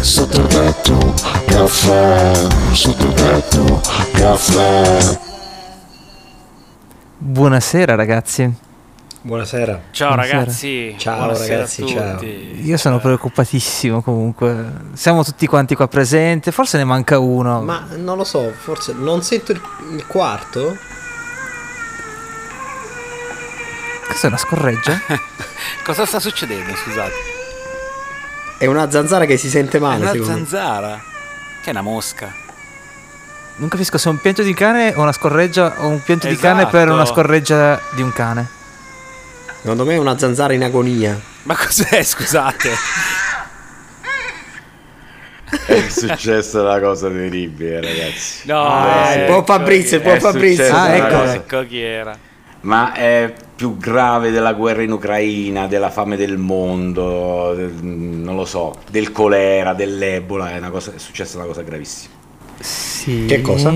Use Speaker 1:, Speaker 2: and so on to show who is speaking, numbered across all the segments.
Speaker 1: Sottotetto, caffè, sottotetto, caffè.
Speaker 2: Buonasera ragazzi,
Speaker 3: Buonasera.
Speaker 4: Ciao
Speaker 2: Buonasera.
Speaker 4: ragazzi,
Speaker 3: Ciao,
Speaker 4: buonasera
Speaker 3: ragazzi,
Speaker 4: a tutti.
Speaker 3: ciao.
Speaker 2: io sono preoccupatissimo comunque, siamo tutti quanti qua presenti, forse ne manca uno,
Speaker 3: Ma non lo so, forse non sento il, il quarto?
Speaker 2: questa è una scorreggia?
Speaker 4: Cosa sta succedendo, scusate?
Speaker 3: È una zanzara che si sente
Speaker 4: È
Speaker 3: male,
Speaker 4: una
Speaker 3: secondo me.
Speaker 4: zanzara. Che è una mosca.
Speaker 2: non capisco se è un pianto di cane o una scorreggia o un pianto di cane per
Speaker 4: Esatto.
Speaker 2: una scorreggia di un cane.
Speaker 3: Secondo me è una zanzara in agonia.
Speaker 4: Ma cos'è, scusate?
Speaker 5: È successa una cosa terribile, ragazzi.
Speaker 4: No,
Speaker 5: Ah,
Speaker 4: eh,
Speaker 5: il
Speaker 3: buon
Speaker 4: ecco
Speaker 3: Fabrizio, il
Speaker 4: chi
Speaker 3: buon
Speaker 5: È
Speaker 3: Fabrizio.
Speaker 5: successa
Speaker 2: Ah,
Speaker 5: una
Speaker 2: ecco.
Speaker 4: era.
Speaker 5: cosa.
Speaker 4: Ecco chi era.
Speaker 5: Ma è più grave della guerra in Ucraina, della fame del mondo, del- non lo so, del colera, dell'ebola, è, una cosa- è successa una cosa gravissima.
Speaker 2: Sì.
Speaker 3: Che cosa?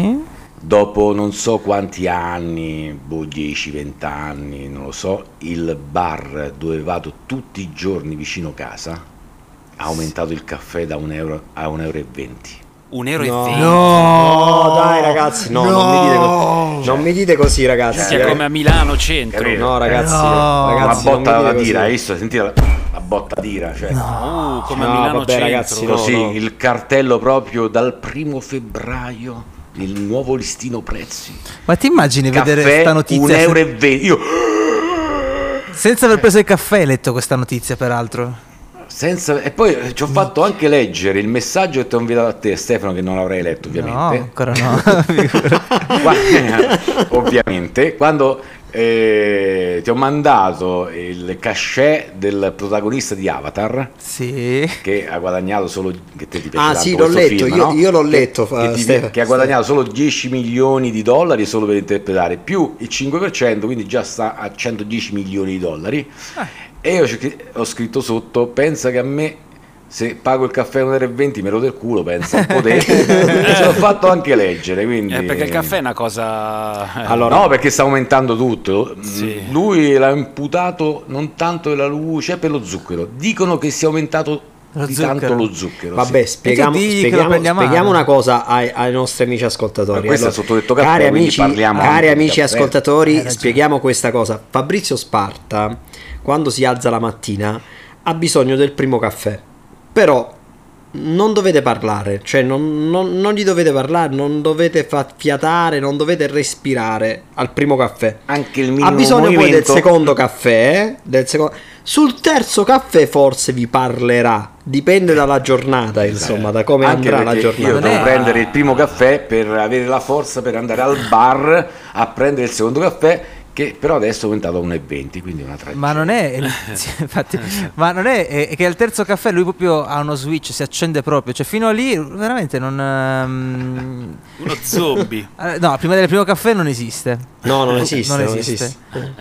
Speaker 5: Dopo non so quanti anni, boh, 10, 20 anni, non lo so, il bar dove vado tutti i giorni vicino casa ha aumentato il caffè da un euro a 1,20 euro. E venti.
Speaker 4: Un euro
Speaker 3: No.
Speaker 4: e venti.
Speaker 3: No, dai ragazzi, no, non mi dite così. Non mi dite così, ragazzi. eh.
Speaker 4: Che è come a Milano centro.
Speaker 5: Capito?
Speaker 3: No, ragazzi,
Speaker 2: No.
Speaker 3: ragazzi,
Speaker 5: Cioè, una
Speaker 3: non mi
Speaker 5: botta
Speaker 3: dite
Speaker 5: da
Speaker 3: così.
Speaker 5: tira, hai visto? Sentite la, la botta d'ira, cioè.
Speaker 4: Uh, come a
Speaker 3: No,
Speaker 4: Milano
Speaker 3: vabbè,
Speaker 4: centro.
Speaker 3: ragazzi, no.
Speaker 5: Così il cartello proprio dal primo febbraio il nuovo listino prezzi
Speaker 2: Ma ti immagini vedere
Speaker 5: caffè
Speaker 2: questa notizia
Speaker 5: 1,20
Speaker 2: sen-
Speaker 5: euro e venti. io
Speaker 2: senza aver preso il caffè? Hai letto questa notizia peraltro?
Speaker 5: senza e poi eh, ci ho fatto anche leggere il messaggio che ti ho inviato a te Stefano che non l'avrei letto
Speaker 2: No,
Speaker 5: ovviamente
Speaker 2: ancora no. Figurati.
Speaker 5: Qua- ovviamente quando eh, ti ho mandato il cachet del protagonista di Avatar
Speaker 2: sì.
Speaker 5: che ha guadagnato solo che te ti piace
Speaker 3: Ah,
Speaker 5: tanto
Speaker 3: sì, l'ho
Speaker 5: questo
Speaker 3: letto,
Speaker 5: film,
Speaker 3: io-
Speaker 5: no?
Speaker 3: io l'ho
Speaker 5: Che-
Speaker 3: letto,
Speaker 5: che,
Speaker 3: fa-
Speaker 5: ti-
Speaker 3: Stefano.
Speaker 5: che ha guadagnato solo 10 milioni di dollari solo per interpretare più il 5% quindi già sta a 110 milioni di dollari
Speaker 4: Eh.
Speaker 5: e io ci- ho scritto sotto pensa che a me se pago il caffè 1,20 me lo del culo pensa un po' te ce l'ho fatto anche leggere quindi
Speaker 4: Eh, perché il caffè è una cosa... eh,
Speaker 5: allora, no, perché sta aumentando tutto.
Speaker 4: Sì.
Speaker 5: Lui l'ha imputato non tanto per la luce, per lo zucchero. Dicono che sia aumentato
Speaker 2: Lo
Speaker 5: di tanto
Speaker 2: zucchero.
Speaker 5: lo zucchero.
Speaker 3: Vabbè,
Speaker 5: sì.
Speaker 3: spieghiamo,
Speaker 2: E tu digli che lo
Speaker 3: spieghiamo-
Speaker 2: prendiamo
Speaker 3: spieghiamo
Speaker 2: male.
Speaker 3: una cosa ai, ai nostri amici
Speaker 5: Ma
Speaker 3: ascoltatori.
Speaker 5: questo è sottodetto caffè,
Speaker 3: cari
Speaker 5: quindi
Speaker 3: amici,
Speaker 5: parliamo
Speaker 3: cari
Speaker 5: anche di
Speaker 3: amici
Speaker 5: caffè.
Speaker 2: Eh, Hai
Speaker 3: ascoltatori,
Speaker 2: ragione.
Speaker 3: spieghiamo questa cosa. Fabrizio Sparta, quando si alza la mattina, ha bisogno del primo caffè. Però non dovete parlare, cioè non, non- non gli dovete parlare, non dovete fa- fiatare, non dovete respirare al primo caffè.
Speaker 5: Anche il minimo
Speaker 3: Ha bisogno poi del
Speaker 5: movimento-
Speaker 3: secondo caffè. Del secondo... Sul terzo caffè forse vi parlerà. Dipende dalla giornata, insomma, da come
Speaker 5: Eh. Anche
Speaker 3: andrà la
Speaker 5: perché
Speaker 3: giornata.
Speaker 5: Io
Speaker 2: Non
Speaker 5: devo
Speaker 2: è-
Speaker 5: prendere il primo caffè per avere la forza per andare al bar a prendere il secondo caffè, che però adesso è aumentato a 1,20, quindi è una tragedia.
Speaker 2: Ma non è, Eh, sì, infatti, ma non è, è che al terzo caffè lui proprio ha uno switch, si accende proprio, cioè fino a lì veramente non... ehm,
Speaker 4: Uno zombie.
Speaker 2: eh, no, prima del primo caffè non esiste.
Speaker 3: No, non Eh, esiste.
Speaker 2: Non esiste.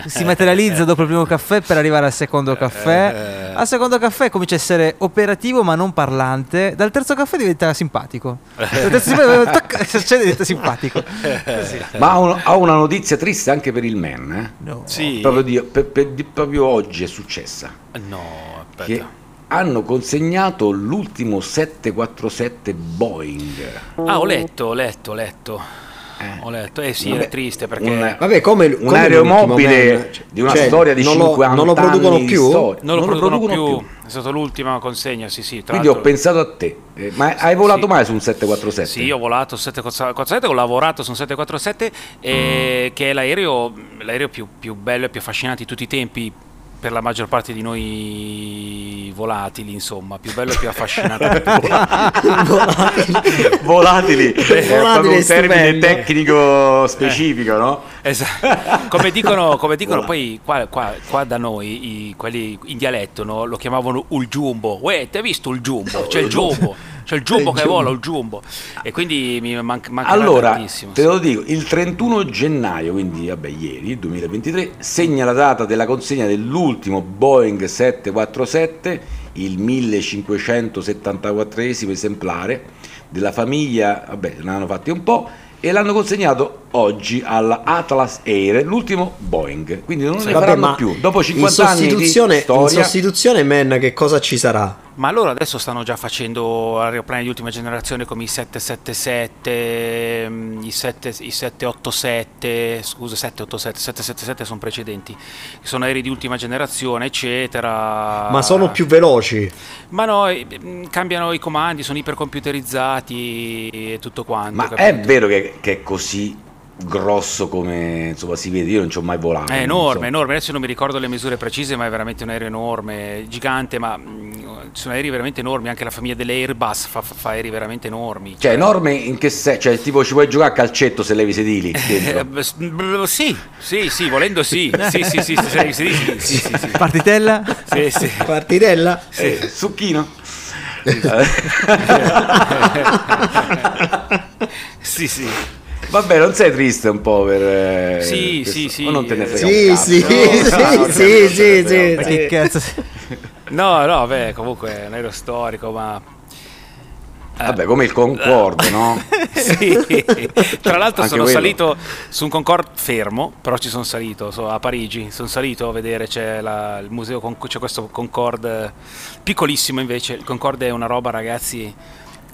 Speaker 2: Si materializza dopo il primo caffè per arrivare al
Speaker 3: eh,
Speaker 2: secondo caffè. Al secondo caffè comincia a essere operativo ma non parlante. Dal terzo caffè diventa simpatico.
Speaker 3: Eh.
Speaker 2: Dal terzo caffè tac, si accende e diventa simpatico. Così.
Speaker 5: Ma ho, un- ho una notizia triste anche per il man. eh.
Speaker 2: No.
Speaker 4: Sì.
Speaker 5: Proprio, di- per- per- di- proprio oggi è successa.
Speaker 4: No, aspetta.
Speaker 5: che hanno consegnato l'ultimo 747 Boeing.
Speaker 4: Ah, ho letto, ho letto, ho letto.
Speaker 5: Eh.
Speaker 4: Ho letto. Eh sì,
Speaker 5: Vabbè,
Speaker 4: era triste perché...
Speaker 5: un-
Speaker 3: Vabbè, come,
Speaker 5: un
Speaker 3: come
Speaker 5: aeromobile
Speaker 3: l'ultimo, man.
Speaker 5: di una
Speaker 3: Cioè,
Speaker 5: storia di
Speaker 3: non lo-
Speaker 5: 50
Speaker 3: Non lo producono
Speaker 5: anni di
Speaker 3: più?
Speaker 5: storia.
Speaker 4: Non lo
Speaker 5: Non lo
Speaker 4: producono,
Speaker 5: producono
Speaker 4: più. è stata l'ultima consegna, sì sì. Tra
Speaker 5: Quindi ho
Speaker 4: l'altro-
Speaker 5: pensato a te. Eh, ma hai volato
Speaker 4: sì.
Speaker 5: mai su un 747?
Speaker 4: Sì, io ho volato 747, ho lavorato su un 747, eh, che è l'aereo, l'aereo più, più bello e più affascinante di tutti i tempi per la maggior parte di noi volatili, insomma, più bello e più affascinante. di tutti.
Speaker 5: Volatili, è proprio
Speaker 3: Volatili è
Speaker 5: un termine
Speaker 3: stupendo.
Speaker 5: tecnico specifico, no?
Speaker 4: Esatto. Come dicono, come dicono poi qua, qua- qua da noi, i- quelli in dialetto, no? lo chiamavano il giumbo. Uè, ti hai visto il giumbo? C'è il giumbo. C'è il giumbo che vola, il giumbo. E quindi mi manca mancherà
Speaker 5: Allora,
Speaker 4: tantissimo.
Speaker 5: te
Speaker 4: sì.
Speaker 5: lo dico, il 31 gennaio, quindi vabbè ieri, 2023, segna la data della consegna dell'ultimo Boeing 747, il 1574esimo esemplare della famiglia, vabbè ne hanno fatti un po', e l'hanno consegnato oggi alla Atlas Air, l'ultimo Boeing. Quindi non ne
Speaker 3: Vabbè,
Speaker 5: faranno
Speaker 3: ma
Speaker 5: più. Dopo 50
Speaker 3: sostituzione,
Speaker 5: anni di storia,
Speaker 3: In sostituzione, man, che cosa ci sarà?
Speaker 4: Ma loro adesso stanno già facendo aeroplani di ultima generazione come i 777, mm, i, 7, i 787, scusa 787, 777 sono precedenti, sono aerei di ultima generazione eccetera.
Speaker 3: Ma
Speaker 5: Ah.
Speaker 3: sono più veloci.
Speaker 4: Ma no, eh, mm, cambiano i comandi, sono ipercomputerizzati e tutto quanto.
Speaker 5: ma
Speaker 4: capito?
Speaker 5: è vero che, che è così grosso come insomma si vede? Io non ci ho mai volato.
Speaker 4: È
Speaker 5: insomma.
Speaker 4: enorme, enorme. Adesso non mi ricordo le misure precise, ma è veramente un aereo enorme, gigante, ma mh, sono aerei veramente enormi. Anche la famiglia delle Airbus fa, fa- fa aerei veramente enormi.
Speaker 5: Cioè, enorme in che senso? Cioè, tipo, ci puoi giocare a calcetto se levi i sedili dentro.
Speaker 4: Eh, beh, s- bl- sì, sì, sì, volendo sì. Sì, sì, sì, sì, sì, sì, sì, sì, sì, sì.
Speaker 2: Partitella?
Speaker 4: Sì, sì.
Speaker 3: Partitella.
Speaker 5: Eh, succhino. Eh,
Speaker 4: Sì, sì.
Speaker 5: Vabbè, non sei triste un po' per. eh,
Speaker 4: Sì,
Speaker 5: questo?
Speaker 4: sì, eh, sì.
Speaker 5: O non te ne frega
Speaker 3: Sì,
Speaker 5: un cazzo?
Speaker 3: sì,
Speaker 5: No,
Speaker 3: sì,
Speaker 5: no,
Speaker 3: sì, sì,
Speaker 2: Ma
Speaker 3: sì.
Speaker 2: che cazzo?
Speaker 4: No, no, beh, comunque è un aereo storico, ma eh,
Speaker 5: Vabbè, come il Concorde, no?
Speaker 4: Sì. Tra l'altro
Speaker 5: Anche
Speaker 4: sono
Speaker 5: quello.
Speaker 4: salito su un Concorde fermo, però ci sono salito so, a Parigi, sono salito a vedere c'è la- il museo con c'è questo Concorde piccolissimo invece, il Concorde è una roba ragazzi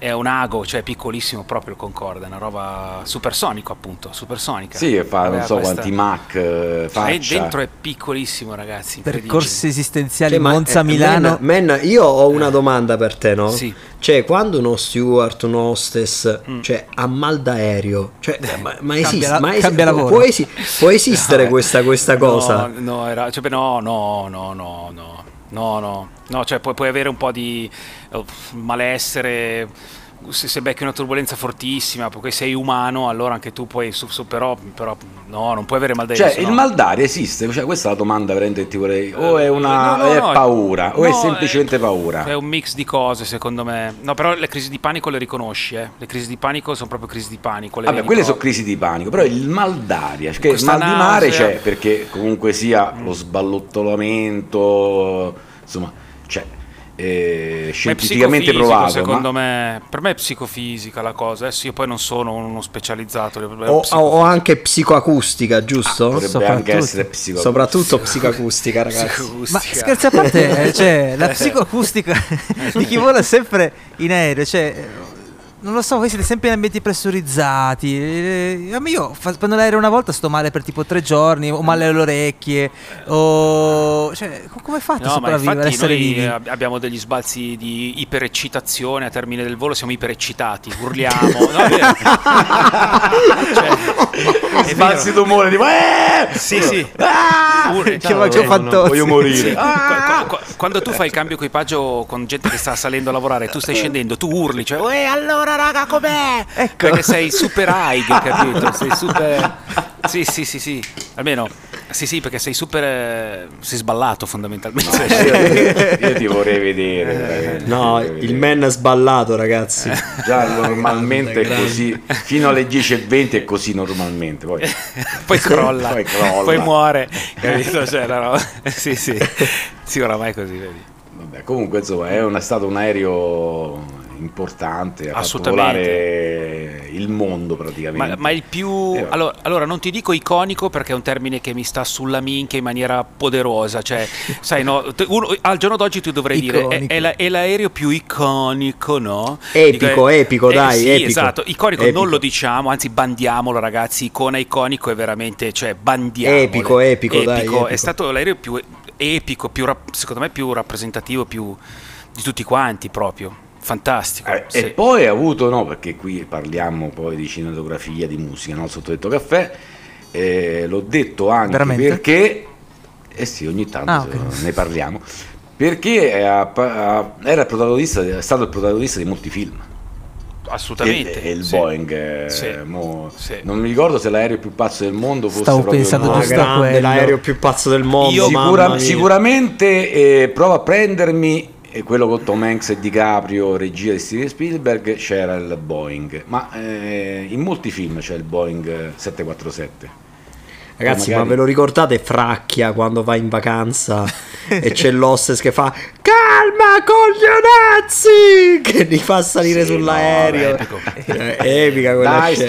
Speaker 4: è un ago, cioè è piccolissimo proprio il Concorde, è una roba supersonico appunto, supersonica.
Speaker 5: Sì, che fa non
Speaker 4: Aveva
Speaker 5: so
Speaker 4: questa-
Speaker 5: quanti Mac eh,
Speaker 4: E
Speaker 5: faccia.
Speaker 4: dentro è piccolissimo ragazzi, incredibile.
Speaker 2: Percorsi esistenziali
Speaker 3: Cioè, ma- eh,
Speaker 2: Monza-Milano.
Speaker 3: Men, men, io ho una domanda per te, no?
Speaker 4: Sì.
Speaker 3: Cioè, quando uno steward, uno hostess, cioè, ha mal d'aereo, cioè, ma, ma esiste,
Speaker 2: la-
Speaker 3: ma esiste-
Speaker 2: cambia lavoro.
Speaker 3: può, esi- può esistere questa, questa
Speaker 4: No,
Speaker 3: cosa?
Speaker 4: No, era, cioè, beh, no, no, no, no, no, no, no, no, cioè puoi, puoi avere un po' di eh, malessere. Se, se becchi una turbolenza fortissima, perché sei umano, allora anche tu puoi. su- su- però, però no, non puoi avere mal d'aereo.
Speaker 5: Cioè,
Speaker 4: se
Speaker 5: il
Speaker 4: no. Eh,
Speaker 5: mal d'aria esiste? Cioè, questa è la domanda veramente che ti vorrei. O è una
Speaker 4: No, no,
Speaker 5: è
Speaker 4: no,
Speaker 5: paura, o è
Speaker 4: no, eh, cioè,
Speaker 5: semplicemente
Speaker 4: è-
Speaker 5: paura.
Speaker 4: È un mix di cose, secondo me. No, però le crisi di panico le riconosci, eh. Le crisi di panico sono proprio crisi di panico. le
Speaker 5: Vabbè,
Speaker 4: vedi
Speaker 5: quelle sono
Speaker 4: proprio.
Speaker 5: crisi di panico, però il mal d'aria, cioè il
Speaker 4: Questa
Speaker 5: mal di mare
Speaker 4: nausea.
Speaker 5: c'è, perché comunque sia lo sballottolamento, insomma, c'è, eh,
Speaker 4: Ma è
Speaker 5: scientificamente
Speaker 4: psicofisico,
Speaker 5: provato.
Speaker 4: Secondo
Speaker 5: ma-
Speaker 4: me, per me è psicofisica la cosa. Adesso io poi non sono uno specializzato. è
Speaker 3: O,
Speaker 4: psico-
Speaker 3: o anche psicoacustica, giusto?
Speaker 5: Potrebbe anche
Speaker 2: Soprattutto-
Speaker 5: essere psico-
Speaker 3: Soprattutto psicoacustica, ragazzi.
Speaker 4: psicofistica.
Speaker 2: Ma scherzi a parte, eh, cioè, la psicoacustica di chi vola sempre in aereo, cioè, eh, non lo so, voi siete sempre in ambienti pressurizzati. eh, a me io fa- prendo l'aereo una volta sto male per tipo tre giorni, ho male alle orecchie, o... Cioè, co- come fate a
Speaker 4: No, ma
Speaker 2: sopravvivere, a
Speaker 4: infatti
Speaker 2: essere
Speaker 4: noi
Speaker 2: vivi?
Speaker 4: eh, ab- abbiamo degli sbalzi di ipereccitazione a termine del volo, siamo ipereccitati, urliamo. No, è vero. Cioè, è
Speaker 5: Sbalzi
Speaker 4: vero.
Speaker 5: d'umore, tipo, eh!
Speaker 4: Sì, sì.
Speaker 5: Ah!
Speaker 4: Urli-
Speaker 2: Che
Speaker 4: no,
Speaker 2: faccio
Speaker 4: cioè,
Speaker 2: fantozzi.
Speaker 5: Voglio morire.
Speaker 4: Sì,
Speaker 5: Ah!
Speaker 4: qua- qua- qua- quando tu fai il cambio equipaggio con gente che sta salendo a lavorare, tu stai scendendo, tu urli, cioè, "Uè, allora raga com'è?
Speaker 2: Ecco.
Speaker 4: Perché sei super high, capito? Sei super... Sì, sì, sì, sì, almeno... Sì, sì, perché sei super... eh, sei sballato fondamentalmente.
Speaker 5: Io, io ti vorrei vedere.
Speaker 4: Eh,
Speaker 5: veramente,
Speaker 3: No,
Speaker 5: ti vorrei
Speaker 3: il
Speaker 5: vedere.
Speaker 3: man è sballato, ragazzi.
Speaker 5: Già normalmente è
Speaker 3: Grande,
Speaker 5: così, fino alle 10.20 è così normalmente, poi
Speaker 4: poi crolla,
Speaker 5: Poi
Speaker 4: poi,
Speaker 5: crolla.
Speaker 4: muore, capito? Cioè, la roba- sì, sì, sì, oramai è così, vedi.
Speaker 5: Vabbè, comunque insomma è una- stato un aereo importante, ha fatto
Speaker 4: Assolutamente.
Speaker 5: volare il mondo
Speaker 4: Ma,
Speaker 5: praticamente.
Speaker 4: ma il più...
Speaker 5: Eh,
Speaker 4: allora, allora, non ti dico iconico perché è un termine che mi sta sulla minchia in maniera poderosa. Cioè, sai, no, te- uno- al giorno d'oggi tu dovrei dire è- è,
Speaker 2: Iconico.
Speaker 4: la- è l'aereo più iconico, no?
Speaker 3: Epico,
Speaker 4: Dico, eh,
Speaker 3: epico,
Speaker 4: eh,
Speaker 3: dai,
Speaker 4: sì,
Speaker 3: epico.
Speaker 4: esatto. Iconico
Speaker 3: Epico.
Speaker 4: non lo diciamo, anzi bandiamolo ragazzi. Icona, iconico è veramente... Cioè, bandiamolo.
Speaker 3: Epico, epico, dai,
Speaker 4: È
Speaker 3: epico.
Speaker 4: stato l'aereo più epico, più rap- secondo me più rappresentativo, più di tutti quanti proprio. Fantastico.
Speaker 5: Eh,
Speaker 4: sì.
Speaker 5: E poi ha avuto, no, perché qui parliamo poi di cinematografia, di musica, no, sotto detto caffè, eh, l'ho detto anche
Speaker 2: Veramente?
Speaker 5: perché, eh sì, ogni tanto
Speaker 2: Ah, ok.
Speaker 5: se- ne parliamo, perché eh, ha pa- ha- era il protagonista, è stato il protagonista di molti film.
Speaker 4: Assolutamente.
Speaker 5: E, e il
Speaker 4: sì.
Speaker 5: Boeing, eh,
Speaker 4: Sì.
Speaker 5: mo-
Speaker 4: Sì.
Speaker 5: non mi ricordo se l'aereo più pazzo del mondo fosse
Speaker 2: Stavo
Speaker 5: proprio il
Speaker 2: pensando
Speaker 5: Boeing.
Speaker 3: Ah,
Speaker 2: giusto a
Speaker 3: grande,
Speaker 2: quello.
Speaker 3: l'aereo più pazzo del mondo.
Speaker 5: Io
Speaker 3: mamma
Speaker 5: sicura-
Speaker 3: mia.
Speaker 5: sicuramente eh, provo a prendermi eh, quello con Tom Hanks e DiCaprio, regia di Steven Spielberg, c'era il Boeing, ma eh, in molti film c'è il Boeing eh, 747.
Speaker 3: Ragazzi,
Speaker 5: magari-
Speaker 3: ma ve lo ricordate Fracchia quando va in vacanza e c'è l'hostess che fa Calma coglionazzi! Che li fa salire
Speaker 5: Sì,
Speaker 3: sull'aereo.
Speaker 5: no, epico.
Speaker 3: Eh, epica quella
Speaker 5: Dai
Speaker 3: scena.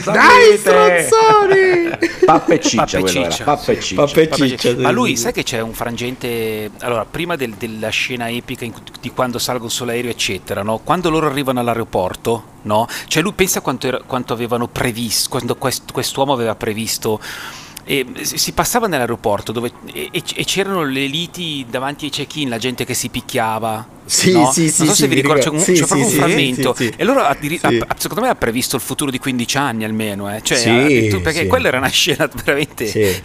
Speaker 3: Dai
Speaker 5: salite!
Speaker 3: stronzoni!
Speaker 5: Pappa e ciccia,
Speaker 4: Pappa e
Speaker 5: quello era,
Speaker 4: ciccia,
Speaker 5: pappa e
Speaker 4: sì.
Speaker 5: ciccia.
Speaker 3: Pappa e
Speaker 4: Papà
Speaker 3: ciccia,
Speaker 4: dice,
Speaker 3: sì,
Speaker 4: Ma
Speaker 3: sì,
Speaker 4: lui
Speaker 3: sì.
Speaker 4: sai che c'è un frangente allora prima del- della scena epica in cui- di quando salgono sull'aereo eccetera no? quando loro arrivano all'aeroporto no? cioè lui pensa quanto, era- quanto avevano previsto quando quest- quest'uomo aveva previsto e si si passava nell'aeroporto dove, e, e c- e c'erano le liti davanti ai check-in, la gente che si picchiava.
Speaker 3: Sì,
Speaker 4: no?
Speaker 3: sì, sì,
Speaker 4: Non so
Speaker 3: sì,
Speaker 4: se
Speaker 3: mi
Speaker 4: vi ricordo, c'è,
Speaker 3: ricordo.
Speaker 4: un-
Speaker 3: Sì,
Speaker 4: c'è
Speaker 3: sì,
Speaker 4: proprio
Speaker 3: sì,
Speaker 4: un frammento.
Speaker 3: sì, sì.
Speaker 4: E loro, addiri-
Speaker 3: Sì.
Speaker 4: ha- secondo me, ha previsto il futuro di 15 anni almeno. eh. Cioè,
Speaker 3: Sì,
Speaker 4: ha detto- perché
Speaker 3: sì.
Speaker 4: quella era una scena veramente
Speaker 3: Sì.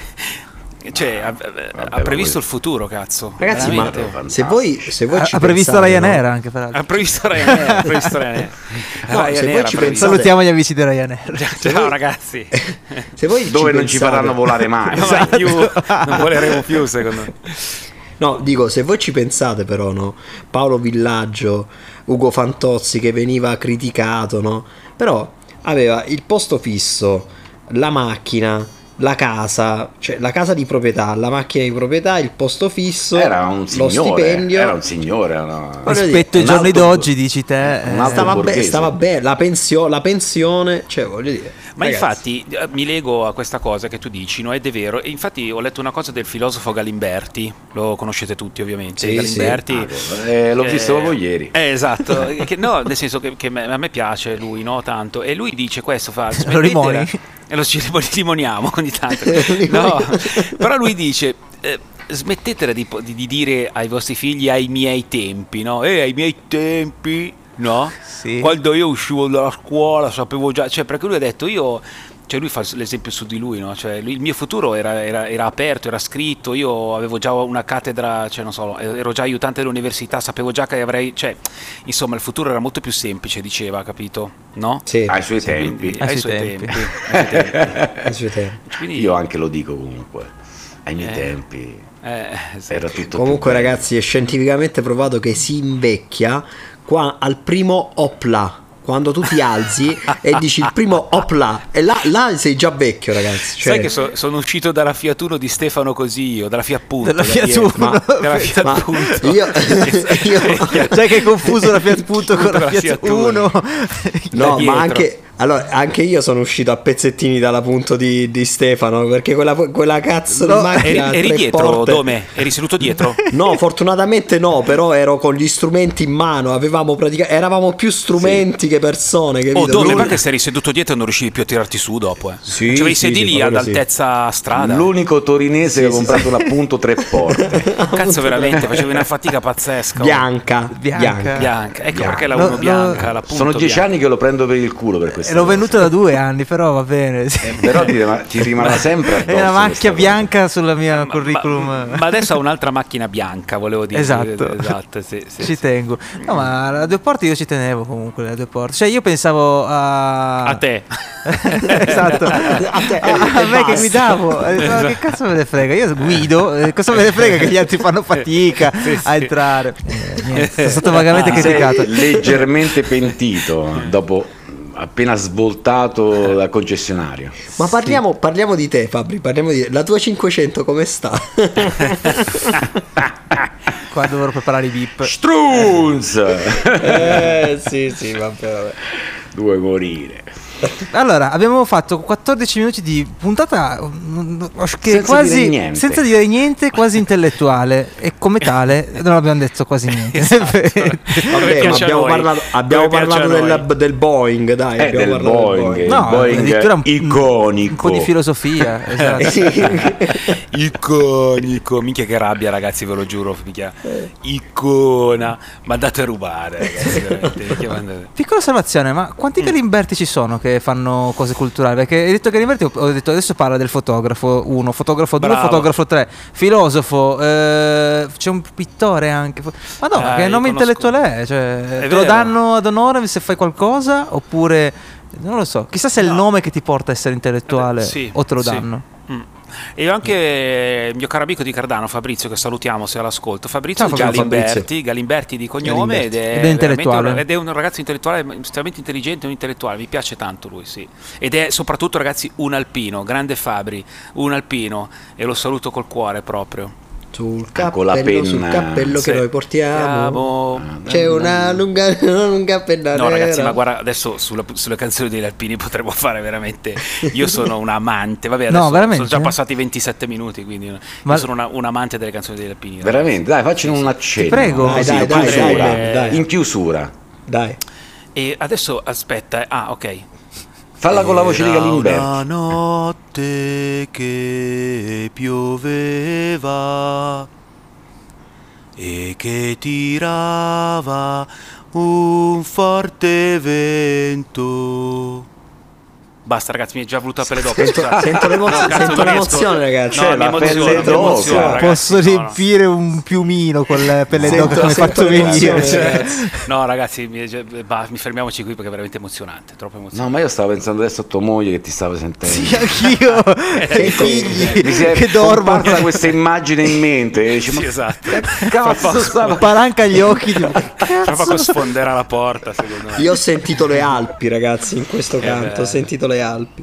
Speaker 4: cioè, ha,
Speaker 3: Ah,
Speaker 4: ha
Speaker 5: ma
Speaker 4: previsto
Speaker 5: questo-
Speaker 4: il futuro, cazzo.
Speaker 3: Ragazzi, ma
Speaker 4: veramente.
Speaker 5: Veramente.
Speaker 3: se voi, se voi
Speaker 2: Ha,
Speaker 3: ci
Speaker 2: ha previsto
Speaker 3: pensate,
Speaker 2: Ryanair
Speaker 3: no?
Speaker 2: anche peraltro.
Speaker 4: Ha previsto Ryanair, ha previsto Ryanair.
Speaker 3: No, se voi
Speaker 4: Ryanair ha
Speaker 3: ci
Speaker 4: previsto.
Speaker 3: pensate-
Speaker 2: Salutiamo gli amici di Ryanair.
Speaker 4: Ciao ragazzi.
Speaker 3: Se voi ci
Speaker 5: Dove non
Speaker 3: pensate-
Speaker 5: ci
Speaker 3: Esatto.
Speaker 5: faranno volare mai.
Speaker 4: No, ma più- non voleremo più, secondo me.
Speaker 3: No, dico, se voi ci pensate però, no? Paolo Villaggio, Ugo Fantozzi che veniva criticato, no? Però aveva il posto fisso, la macchina, la casa, cioè la casa di proprietà, la macchina di proprietà, il posto fisso,
Speaker 5: Era un
Speaker 3: lo
Speaker 5: signore,
Speaker 3: stipendio.
Speaker 5: era un signore, era-
Speaker 3: Voglio
Speaker 2: Rispetto ai giorni
Speaker 5: dire, un altro-
Speaker 2: d'oggi, dici te. eh,
Speaker 5: un altro-
Speaker 3: Stava bene,
Speaker 5: borghese.
Speaker 3: stava bene, la, pensio- la pensione, cioè voglio dire.
Speaker 4: Ma
Speaker 3: ragazzi,
Speaker 4: infatti eh, mi lego a questa cosa che tu dici, no? Ed è vero. E infatti ho letto una cosa del filosofo Galimberti, lo conoscete tutti ovviamente,
Speaker 3: Sì, Ah,
Speaker 4: Galimberti.
Speaker 5: Eh, l'ho visto
Speaker 4: Eh,
Speaker 5: proprio ieri.
Speaker 4: eh, esatto, Che- no, nel senso che, che me- a me piace lui, no? Tanto. E lui dice questo, fa... smettete
Speaker 2: limoni?
Speaker 4: la- E lo ci limon- limoniamo ogni tanto.
Speaker 3: Limoniamo.
Speaker 4: No, però lui dice... eh, Smettetela di, po- di- di dire ai vostri figli ai miei tempi, no? Eh, ai miei tempi, no?
Speaker 2: Sì.
Speaker 4: Quando io uscivo dalla scuola sapevo già, cioè perché lui ha detto io, cioè lui fa l'esempio su di lui, no? Cioè lui- il mio futuro era, era- era aperto, era scritto, io avevo già una cattedra, cioè non so, ero già aiutante all'università, sapevo già che avrei, cioè insomma il futuro era molto più semplice, diceva, capito? No?
Speaker 3: Sì, Eh,
Speaker 5: Ai suoi
Speaker 4: Quindi,
Speaker 5: tempi.
Speaker 2: Ai
Speaker 4: ai
Speaker 2: suoi
Speaker 4: suoi
Speaker 2: tempi.
Speaker 4: tempi. ai suoi tempi.
Speaker 3: ai suoi tempi.
Speaker 4: Quindi,
Speaker 5: Io anche lo dico comunque. Ai miei
Speaker 4: Eh.
Speaker 5: tempi
Speaker 4: eh, sì.
Speaker 5: era tutto
Speaker 3: Comunque,
Speaker 5: più bello.
Speaker 3: ragazzi, è scientificamente provato che si invecchia qua al primo opla. Quando tu ti alzi e dici il primo opla, e là, là sei già vecchio, ragazzi. Cioè,
Speaker 4: Sai che so- sono uscito dalla Fiat Uno di Stefano così io, dalla Fiat Punto.
Speaker 2: Dalla
Speaker 4: da
Speaker 2: Fiat
Speaker 4: dietro.
Speaker 2: Uno.
Speaker 4: Ma- dalla Fiat
Speaker 3: ma
Speaker 4: Punto.
Speaker 3: io- io-
Speaker 2: Sai che è confuso la Fiat Punto con la Fiat Uno.
Speaker 3: no,
Speaker 4: dietro.
Speaker 3: ma anche, allora, anche io sono uscito a pezzettini dalla punto di, di Stefano perché quella, quella cazzo
Speaker 2: No,
Speaker 3: di
Speaker 4: Eri,
Speaker 3: macchina. a
Speaker 4: eri
Speaker 3: tre
Speaker 4: dietro,
Speaker 3: porte-
Speaker 4: Dome? Eri seduto dietro?
Speaker 3: No, fortunatamente no, però ero con gli strumenti in mano, avevamo pratica- eravamo più strumenti che persone. Capito?
Speaker 4: Oh, Dome,
Speaker 3: Lui-
Speaker 4: perché se eri seduto dietero non riuscivi più a tirarti su dopo, eh.
Speaker 3: Sì,
Speaker 4: Cioè, i
Speaker 3: sì,
Speaker 4: sedili
Speaker 3: sì,
Speaker 4: ad
Speaker 3: quello sì.
Speaker 4: altezza
Speaker 3: Ah,
Speaker 4: strada.
Speaker 5: L'unico torinese che ha comprato un appunto tre porte.
Speaker 4: Oh, Cazzo, veramente, facevi una fatica pazzesca. oh.
Speaker 3: Bianca,
Speaker 2: Bianca.
Speaker 4: Bianca. Ecco
Speaker 3: Bianca.
Speaker 4: perché la
Speaker 2: No,
Speaker 4: 1
Speaker 2: no.
Speaker 4: bianca, la punto
Speaker 5: Sono dieci
Speaker 4: bianca.
Speaker 5: anni che lo prendo per il culo per questo.
Speaker 2: E Eh, l'ho venuto da due anni, però va
Speaker 4: Eh,
Speaker 2: bene. sì.
Speaker 5: Però ti, rima- ti rimarrà sempre addosso
Speaker 2: È una
Speaker 5: questa
Speaker 2: macchia
Speaker 5: cosa.
Speaker 2: bianca sulla mia
Speaker 4: Ma-
Speaker 2: curriculum.
Speaker 4: Ma, ma adesso ha un'altra macchina bianca, volevo dire.
Speaker 2: Esatto.
Speaker 4: Esatto, sì, sì,
Speaker 2: ci
Speaker 4: sì.
Speaker 2: tengo. No, ma la due porte io ci tenevo comunque, la due porte. Cioè io pensavo a
Speaker 4: A te.
Speaker 2: esatto.
Speaker 3: A te.
Speaker 2: A, a
Speaker 3: E
Speaker 2: me
Speaker 3: basta.
Speaker 2: che guidavo. Eh, ma Che cazzo me ne frega? Io guido, eh, cosa me ne frega che gli altri fanno fatica
Speaker 4: Esatto. Sì, sì. Ah,
Speaker 2: a entrare? Eh, niente, sono stato vagamente
Speaker 5: Ah, Sei
Speaker 2: criticato.
Speaker 5: leggermente pentito dopo appena svoltato dal concessionario.
Speaker 3: Ma parliamo, parliamo di te, Fabri. Parliamo di te. La tua 500 come sta?
Speaker 2: Qua dovrò preparare i beep.
Speaker 5: Strunz!
Speaker 3: eh, sì, sì, vabbè, vabbè.
Speaker 5: Due morire.
Speaker 2: Allora, abbiamo fatto 14 minuti di puntata mm, che
Speaker 5: Senza
Speaker 2: quasi
Speaker 5: dire niente.
Speaker 2: senza dire niente, quasi intellettuale e come tale non abbiamo detto quasi niente.
Speaker 5: Esatto.
Speaker 3: Vabbè, ma
Speaker 4: piace a
Speaker 3: abbiamo
Speaker 4: noi.
Speaker 3: parlato, abbiamo
Speaker 4: Come piace
Speaker 3: parlato
Speaker 4: a noi.
Speaker 3: del, del Boeing, dai.
Speaker 5: Eh,
Speaker 3: abbiamo
Speaker 5: del
Speaker 3: parlato
Speaker 5: Boeing.
Speaker 2: No,
Speaker 5: Boeing
Speaker 2: addirittura un,
Speaker 5: iconico. Eh
Speaker 2: un po' di filosofia, esatto.
Speaker 4: Iconico, minchia che rabbia ragazzi, ve lo giuro, minchia. Icona, ma andate a rubare, ragazzi, veramente. minchia, ma andate-
Speaker 2: Piccola osservazione, ma
Speaker 4: Mm.
Speaker 2: quanti Galimberti ci sono che fanno cose culturali? Perché hai detto Galimberti, ho- ho detto adesso parla del fotografo 1, fotografo 2,
Speaker 4: Bravo.
Speaker 2: fotografo 3, filosofo, eh, c'è un pittore anche. Ma no,
Speaker 4: Ah,
Speaker 2: che
Speaker 4: io
Speaker 2: nome
Speaker 4: conosco-
Speaker 2: intellettuale è? Cioè,
Speaker 4: È
Speaker 2: te lo
Speaker 4: vero.
Speaker 2: danno ad onore se fai qualcosa oppure... Non lo so, chissà se è il
Speaker 4: No.
Speaker 2: nome che ti porta a essere intellettuale
Speaker 4: Sì,
Speaker 2: o te lo
Speaker 4: sì.
Speaker 2: danno.
Speaker 4: Mm. E ho anche il mio caro amico di Cardano, Fabrizio, che salutiamo se all'ascolto. Fabrizio,
Speaker 2: Ciao, Fabrizio.
Speaker 4: Galimberti, Galimberti di cognome
Speaker 3: Galimberti.
Speaker 4: Ed, è
Speaker 2: Ed è intellettuale.
Speaker 4: veramente un- ed è un ragazzo intellettuale, estremamente intelligente, un intellettuale, mi piace tanto lui, sì. Ed è soprattutto, ragazzi, un alpino, grande Fabri, un alpino, e lo saluto col cuore proprio.
Speaker 3: Sul
Speaker 5: Ah, con la
Speaker 3: cappello, sul
Speaker 5: penna.
Speaker 3: cappello
Speaker 4: Sì.
Speaker 3: che noi portiamo.
Speaker 4: Bravo.
Speaker 3: C'è una lunga, una lunga penna
Speaker 4: No,
Speaker 3: nera.
Speaker 4: ragazzi, ma guarda, adesso sulla- sulle canzoni degli alpini potremmo fare veramente. Io sono un amante. Vabbè,
Speaker 2: No,
Speaker 4: adesso
Speaker 2: veramente?
Speaker 4: sono già passati 27 minuti, quindi io
Speaker 2: Ma-
Speaker 4: sono una- un amante delle canzoni degli alpini.
Speaker 5: Veramente, dai, faccene un accenno.
Speaker 2: prego.
Speaker 5: Così,
Speaker 3: Dai, dai,
Speaker 5: in
Speaker 4: dai,
Speaker 5: chiusura.
Speaker 3: dai, dai.
Speaker 5: In chiusura.
Speaker 3: Dai.
Speaker 4: E adesso aspetta, eh, ah, ok.
Speaker 5: Falla con la voce
Speaker 3: Eh,
Speaker 5: di
Speaker 4: Era
Speaker 5: Galimberti.
Speaker 6: Una notte che pioveva e che tirava un forte vento.
Speaker 4: Basta, ragazzi, mi è già voluto a pelle dopo. Sento,
Speaker 3: sento l'emo- sento l'emozione, ragazzi.
Speaker 4: No,
Speaker 5: Cioè,
Speaker 4: mi
Speaker 5: la
Speaker 4: emoziono,
Speaker 5: pelle
Speaker 4: mi
Speaker 5: d'oca.
Speaker 4: emoziono, ragazzi.
Speaker 2: Posso
Speaker 4: No, no.
Speaker 2: riempire un piumino con le pelle
Speaker 3: Sento-
Speaker 2: d'oca come hai
Speaker 3: sento
Speaker 2: fatto venire.
Speaker 3: l'emozione,
Speaker 2: cioè.
Speaker 3: ragazzi.
Speaker 4: No, ragazzi, mi, è già- bah, mi fermiamoci qui perché è veramente emozionante. Troppo emozionante.
Speaker 5: No, ma io stavo pensando adesso a tua moglie che ti stava sentendo.
Speaker 2: Sì, anch'io.
Speaker 4: Ecco.
Speaker 2: Che i figli
Speaker 5: Mi si è
Speaker 2: che dormono.
Speaker 5: comparsa questa immagine in mente e dici, ma
Speaker 4: Sì, esatto.
Speaker 5: che cazzo stava
Speaker 2: Spalanca gli occhi. tipo, che
Speaker 4: Tra
Speaker 2: cazzo?
Speaker 4: poco sfonderà la porta, secondo me.
Speaker 3: Io ho sentito le Alpi, ragazzi, in questo canto.
Speaker 4: Eh beh.
Speaker 3: Ho sentito le Alpi.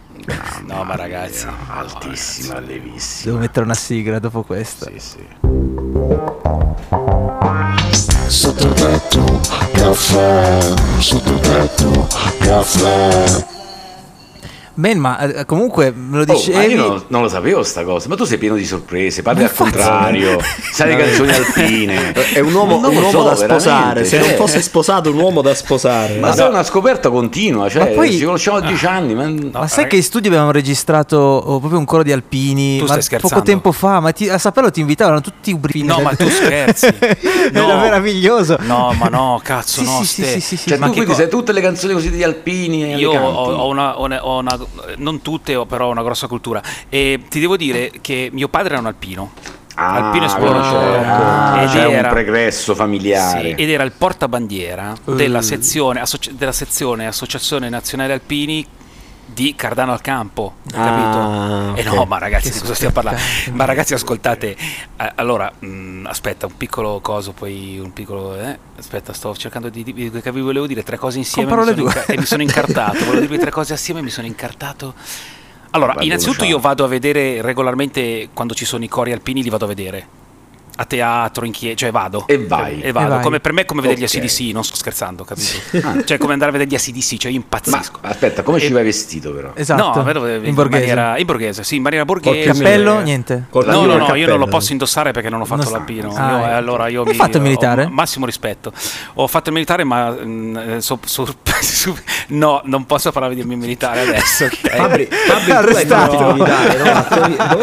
Speaker 4: No, ma ragazzi,
Speaker 5: altissima, levissima.
Speaker 2: Devo mettere una sigla dopo questa.
Speaker 5: Sì, sì.
Speaker 1: Sotto tetto, caffè, sotto tetto, caffè.
Speaker 2: Men, ma eh, comunque me lo
Speaker 5: Oh, ma
Speaker 2: dicevi.
Speaker 5: io non, non lo sapevo sta cosa, ma tu sei pieno di sorprese, parli
Speaker 2: Ma Eh,
Speaker 5: al contrario, sai le canzoni alpine.
Speaker 3: È un uomo,
Speaker 5: Non lo
Speaker 3: un uomo
Speaker 5: so,
Speaker 3: da sposare.
Speaker 5: veramente,
Speaker 3: Se
Speaker 5: cioè.
Speaker 3: non fosse sposato, un uomo da sposare.
Speaker 5: Ma sai, è una scoperta continua, cioè
Speaker 2: Ma poi- Ah.
Speaker 5: ci conosciamo da dieci anni, ma no,
Speaker 2: ma sai
Speaker 4: ragazzi-
Speaker 2: che in studio abbiamo registrato oh, proprio un coro di alpini
Speaker 4: eh. Tu
Speaker 2: ma
Speaker 4: stai scherzando?
Speaker 2: poco tempo fa? Ma ti- a saperlo ti invitavano tutti ubriachi.
Speaker 4: No, ma tu scherzi.
Speaker 2: Era meraviglioso.
Speaker 4: No, ma no, cazzo,
Speaker 2: Sì,
Speaker 4: no.
Speaker 2: sì,
Speaker 4: ste-
Speaker 2: sì, sì, sì,
Speaker 5: cioè,
Speaker 2: ma
Speaker 5: tu
Speaker 4: che
Speaker 5: quindi
Speaker 4: co-
Speaker 5: sai tutte le canzoni così degli alpini e
Speaker 4: Io
Speaker 5: le canti.
Speaker 4: ho, ho una, ho una- ho una- non tutte, ho però una grossa cultura. E ti devo dire che mio padre era un alpino.
Speaker 5: Ah,
Speaker 4: alpino esploratore.
Speaker 5: certo. Ah,
Speaker 4: Ed
Speaker 5: c'è
Speaker 4: era-
Speaker 5: un pregresso familiare.
Speaker 4: Sì, ed era il portabandiera della, sezione, associ- della sezione Associazione Nazionale Alpini di Cardano al Campo, capito?
Speaker 3: Ah,
Speaker 4: E
Speaker 3: ok.
Speaker 4: no, ma ragazzi, di cosa stiamo parlando? Ma ragazzi, ascoltate, a- allora, mh, aspetta, un piccolo coso, poi un piccolo... eh, aspetta, sto cercando di... di- che vi volevo dire tre cose insieme
Speaker 2: parole
Speaker 4: mi sono
Speaker 2: tue.
Speaker 4: inca- e mi sono incartato, volevo dirvi tre cose assieme e mi sono incartato. Allora,
Speaker 5: Vado,
Speaker 4: innanzitutto
Speaker 5: ciao.
Speaker 4: io vado a vedere regolarmente quando ci sono i cori alpini, li vado a vedere. A teatro, in chiesa, cioè vado.
Speaker 5: E vai.
Speaker 4: E vado.
Speaker 2: E vai.
Speaker 4: Come, per me è come vedere
Speaker 5: Ok.
Speaker 4: gli ACDC, non sto scherzando, capito? cioè come andare a vedere gli ACDC, cioè io
Speaker 5: Ma
Speaker 4: impazzisco.
Speaker 5: aspetta, come
Speaker 4: E-
Speaker 5: ci vai vestito però?
Speaker 2: Esatto.
Speaker 4: No, vero, in,
Speaker 2: in borghese.
Speaker 4: maniera, eh. in borghese, sì, in maniera borghese.
Speaker 2: cappello? Niente.
Speaker 3: Col
Speaker 4: No,
Speaker 3: cappello,
Speaker 4: no,
Speaker 3: il
Speaker 4: no, io non
Speaker 3: cappello.
Speaker 4: lo posso indossare perché non ho fatto
Speaker 2: Non sta-
Speaker 4: l'alpino.
Speaker 2: Ah,
Speaker 4: Io,
Speaker 2: ecco.
Speaker 4: eh, allora io
Speaker 2: Hai fatto il
Speaker 4: ho
Speaker 2: militare?
Speaker 4: massimo rispetto. Ho fatto il militare, ma mh, so- so- su- no, non posso parlarvi del mio militare adesso. ok?
Speaker 3: Fabri, Fabri tu hai
Speaker 2: Arrestato.
Speaker 3: fatto il militare, no? Ma tu- dove